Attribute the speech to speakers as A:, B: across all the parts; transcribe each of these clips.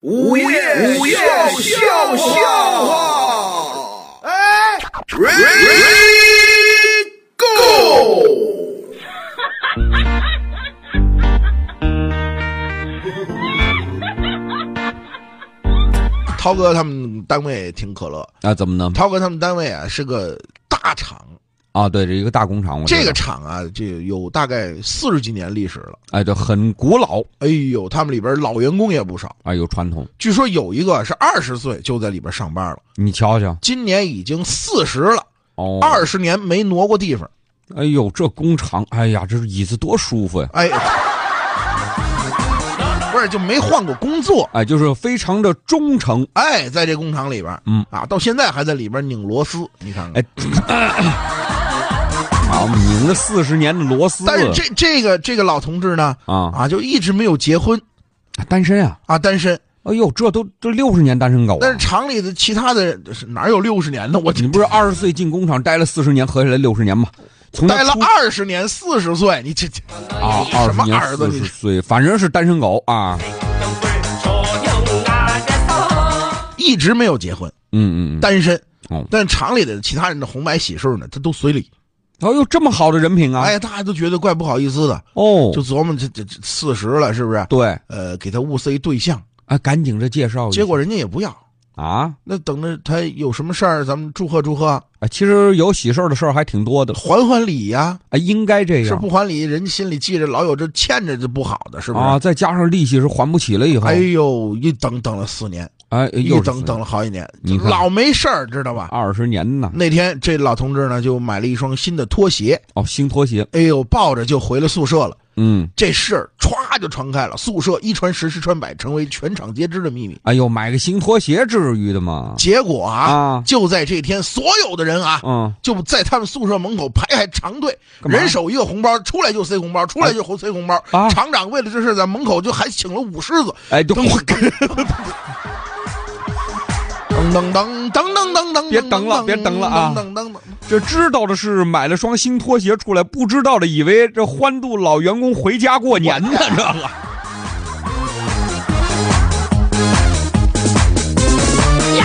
A: 午夜午夜笑笑话，哎，Ready Go！涛哥他们单位挺可乐，
B: 啊，怎么呢？
A: 涛哥他们单位啊是个大厂，
B: 啊，对，这一个大工厂，我知道
A: 这个厂啊这有大概四十几年历史了，
B: 哎，这很古老
A: 哎呦，他们里边老员工也不少，
B: 啊，有传统。
A: 据说有一个是二十岁就在里边上班了。
B: 你瞧瞧，
A: 今年已经四十了，
B: 哦，
A: 二，十年没挪过地方。
B: 哎呦，这工厂，哎呀，这椅子多舒服呀！
A: 哎， 不是就没换过工作。
B: 哎，就是非常的忠诚。
A: 哎，在这工厂里边，
B: 嗯
A: 啊，到现在还在里边拧螺丝，你看看。
B: 哎啊，拧了四十年的螺丝，
A: 但是这这个这个老同志呢，
B: 啊，
A: 啊，就一直没有结婚
B: 单身啊，
A: 啊，单身。
B: 哎呦，这都这六十年单身狗啊。
A: 但是厂里的其他的是哪有六十年的？我
B: 你不是二十岁进工厂待了四十年，合起来六十年吗？从他
A: 待了
B: 出
A: 二十年，四十岁，你这这
B: 啊，
A: 什
B: 二
A: 么
B: 十年
A: 儿子
B: 四
A: 你
B: 十？岁，反正是单身狗啊。
A: 一直没有结婚，
B: 嗯嗯嗯，
A: 单身。
B: 哦
A: 但是厂里的其他人的红白喜事呢，他都随礼。
B: 哎呦，这么好的人品啊！
A: 哎呀，大家都觉得怪不好意思的，
B: 哦，
A: 就琢磨这这这四十了是不是？
B: 对，
A: 呃，给他物色一对象，
B: 啊，赶紧这介绍一下。
A: 结果人家也不要。
B: 啊
A: 那等着他有什么事儿，咱们祝贺祝贺，
B: 啊，其实有喜事儿的事儿还挺多的，
A: 还还礼呀、
B: 啊，应该这
A: 是
B: 样。
A: 不还礼，人心里记着老有这欠着这不好的，是不是？
B: 啊，再加上利息是还不起了以后，
A: 哎
B: 哎，
A: 呦，一等等了四年，一
B: 又
A: 等等了好几年，
B: 你看
A: 老没事儿，知道吧？
B: 二十年呢。
A: 那天这老同志呢，就买了一双新的拖鞋，
B: 哦，新拖鞋，
A: 哎呦，抱着就回了宿舍了。
B: 嗯，
A: 这事儿歘就传开了，宿舍一传十，十传百，成为全场皆知的秘密。
B: 哎呦，买个新拖鞋至于的吗？
A: 结果啊，
B: 啊，
A: 就在这天，所有的人啊，
B: 嗯，
A: 就在他们宿舍门口排海长队，
B: 干嘛
A: 人手一个红包，出来就塞红包，出来就塞红包。
B: 啊
A: 厂长为了这事，在门口就还请了舞狮子，
B: 哎，就
A: 噔噔噔噔噔噔噔噔噔，
B: 别等了别等了啊
A: 噔噔噔噔，
B: 这知道的是买了双新拖鞋出来，不知道的以为这欢度老员工回家过年呢，这个。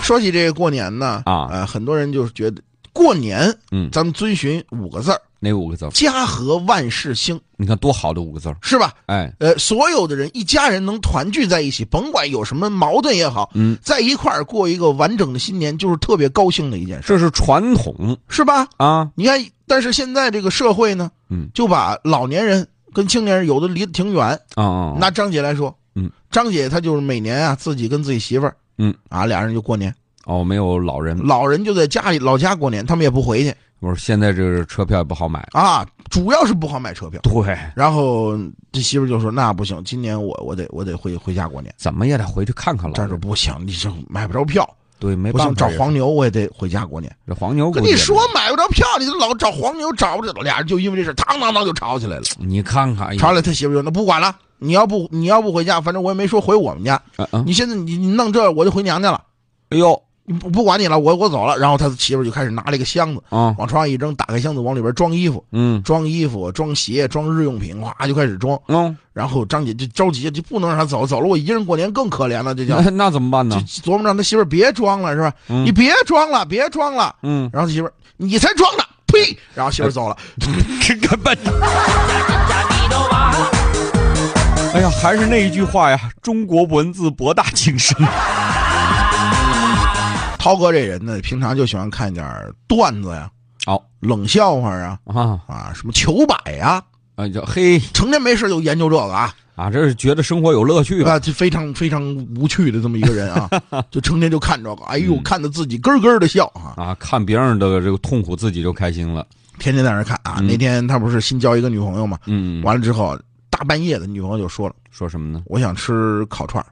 A: 说起这个过年呢，
B: 啊
A: 呃，很多人就是觉得过年，
B: 嗯
A: 咱们遵循五个字儿：
B: 哪五个字儿？
A: 家和万事兴，
B: 你看多好的五个字儿，
A: 是吧？
B: 哎，
A: 呃，所有的人一家人能团聚在一起，甭管有什么矛盾也好，
B: 嗯，
A: 在一块儿过一个完整的新年，就是特别高兴的一件事，
B: 这是传统
A: 是吧？
B: 啊，
A: 你看，但是现在这个社会呢，
B: 嗯
A: 就把老年人跟青年人有的离得挺远。
B: 啊啊，
A: 拿张姐来说，
B: 嗯，
A: 张姐她就是每年啊，自己跟自己媳妇儿，
B: 嗯，
A: 啊，俩人就过年，
B: 哦，没有老人，
A: 老人就在家里老家过年，他们也不回去
B: 我说现在这个车票也不好买。
A: 啊，主要是不好买车票。
B: 对，
A: 然后这媳妇儿就说：“那不行，今年我我得我得回回家过年。
B: 怎么也得回去看看”老
A: 这
B: 人
A: 就。不行，你这买不着票，
B: 对，没
A: 不
B: 办
A: 行
B: 法，
A: 找黄牛我也得回家过年。
B: 这黄牛。
A: 跟你说，买不着票，你就老找黄牛找不着，俩人就因为这事儿，当当当就吵起来了。
B: 你看看，哎呀
A: 吵起来，他媳妇儿就那不管了，你要不你要不回家，反正我也没说回我们家。
B: 啊啊
A: 你现在你你弄这，我就回娘家了，
B: 哎呦
A: 你不不管你了，我我走了。然后他媳妇儿就开始拿了一个箱子，
B: 啊，
A: 往床上一扔，打开箱子往里边装衣服，
B: 嗯
A: 装衣服，装鞋，装日用品，哗就开始装。
B: 嗯，
A: 然后张姐就着急，就不能让他走，走了我一人过年更可怜了，这叫
B: 那 嗯那怎么办
A: 就
B: 呢？
A: 琢磨让他媳妇儿别装了，是吧？
B: 嗯
A: 你别装了，别装了。
B: 嗯，
A: 然后媳妇儿，你才装呢，呸！然后媳妇儿走了。
B: 这根本。哎呀，还是那一句话呀，中国文字博大精深。呃
A: 涛哥这人呢，平常就喜欢看点儿段子呀，
B: 哦
A: 冷笑话啊，
B: 啊
A: 啊，什么糗百呀，
B: 啊，就嘿
A: 成天没事就研究这个啊，
B: 啊，这是觉得生活有乐趣啊。
A: 啊，就非常非常无趣的这么一个 人啊，就成天就看这个，哎呦，
B: 嗯
A: 看得自己咯咯的笑啊，
B: 啊，看别人的这个痛苦，自己就开心了。
A: 天天在那儿看啊。
B: 嗯
A: 那天他不是新交一个女朋友嘛，
B: 嗯，
A: 完了之后大半夜的，女朋友就说了，
B: 说什么呢？
A: 我想吃烤串儿，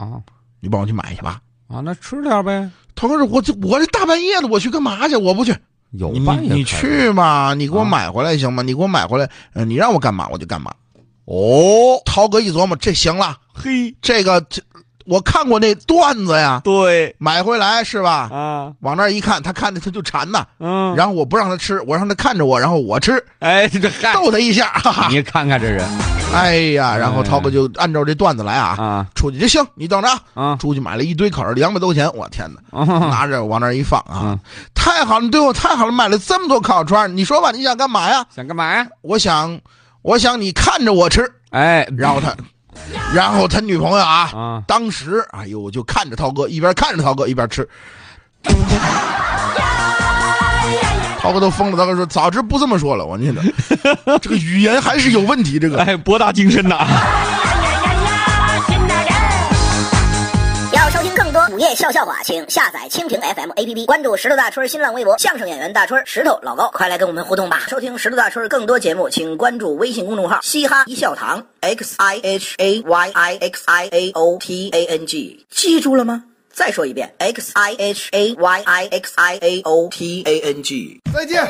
B: 啊
A: 你帮我去买去吧。
B: 啊，那吃点呗。
A: 涛哥说，我这我这大半夜的，我去干嘛去？我不去，
B: 有
A: 你
B: 半夜
A: 你
B: 开
A: 去嘛，你给我
B: 啊
A: 买回来行吗？你给我买回来，呃你让我干嘛我就干嘛。
B: 哦，
A: 涛哥一琢磨，这行了，
B: 嘿，
A: 这个这我看过那段子呀，
B: 对
A: 买回来是吧？
B: 啊，
A: 往那儿一看，他看着他就馋呐，
B: 嗯，
A: 然后我不让他吃，我让他看着我，然后我吃，
B: 哎，这嗨，
A: 逗他一下，哈哈。
B: 你看看这人
A: 哎呀，然后涛哥就按照这段子来啊，
B: 啊
A: 出去就行，你等着啊。
B: 啊
A: 出去买了一堆烤肉，两百多块钱，我天哪！
B: 啊！
A: 拿着往那儿一放啊
B: 嗯，
A: 太好了，你对我太好了，买了这么多烤串，你说吧，你想干嘛呀？
B: 想干嘛呀？
A: 我想，我想你看着我吃。
B: 哎，
A: 然后他，然后他女朋友啊，
B: 啊，
A: 当时哎呦，我就看着涛哥，一边看着涛哥一边吃。涛哥都疯了，涛哥说：“早知不这么说了，我念的，这个语言还是有问题。这个
B: 哎，博大精深呐！
C: 要收听更多午夜笑笑话，请下载蜻蜓 FM APP，关注石头大春儿新浪微博，相声演员大春儿、石头老高，快来跟我们互动吧！收听石头大春儿更多节目，请关注微信公众号“嘻哈一笑堂 ”x i h a y i x i a o t a n g，记住了吗？再说一遍，x i h a y i x i a o t a n g。
A: 再见。”